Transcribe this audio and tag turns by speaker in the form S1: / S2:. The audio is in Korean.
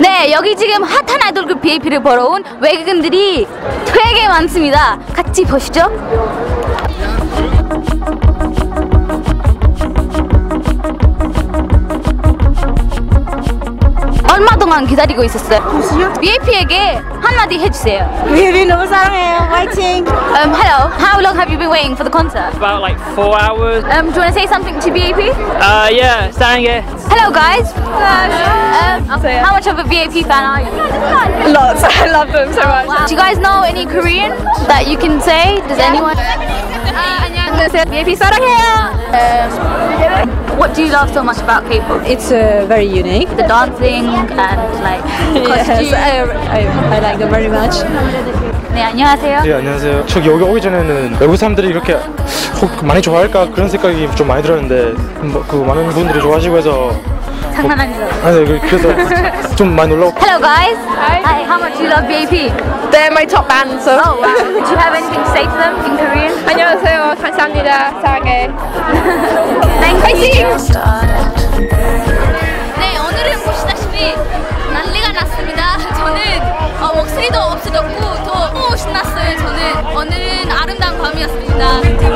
S1: 네, 여기 지금 핫한 아이돌급 VIP를 보러 온 외국인들이 되게 많습니다. 같이 보시죠. 얼마 동안 기다리고 있었어요? VIP에게 한마디 해주세요.
S2: 비비 너무 사랑해요. 화이팅.
S1: Um, hello. How long have you been waiting for the concert?
S3: about like four hours.
S1: Um, do you want to say something to VIP?
S3: Uh, yeah, standing here.
S1: Hello, guys. Hello. Um, how much of a VIP fan are you?
S2: Lots. I love them so much.
S1: Do you guys know any Korean that you can say? Does anyone? 안녕하세요. 예비 사랑해요. um, What do you love so much about K-pop?
S2: It's uh, very unique.
S1: The dancing and like costume.
S2: I, I, I like them very much.
S1: 네 안녕하세요.
S4: 네 안녕하세요. 저 여기 오기 전에는 외국 사람들이 이렇게 혹 많이 좋아할까 그런 생각이 좀 많이 들었는데 뭐, 그 많은 분들이 좋아하시고 해서
S1: 장난 아니죠?
S4: 아니 그- 그래서 좀 많이 놀라고
S1: Hello guys. Hi. How much do you love VIP?
S5: They're my top band, so.
S1: Oh wow. Do you have anything to say to them in Korean?
S5: 안녕하세요. 감사합니다. 사랑해.
S1: Thank you. 네, 오늘은 보시다시피 난리가 났습니다. 저는 어, 목소리도 없어졌고 더 너무 신났어요. 저는 오늘은 아름다운 밤이었습니다.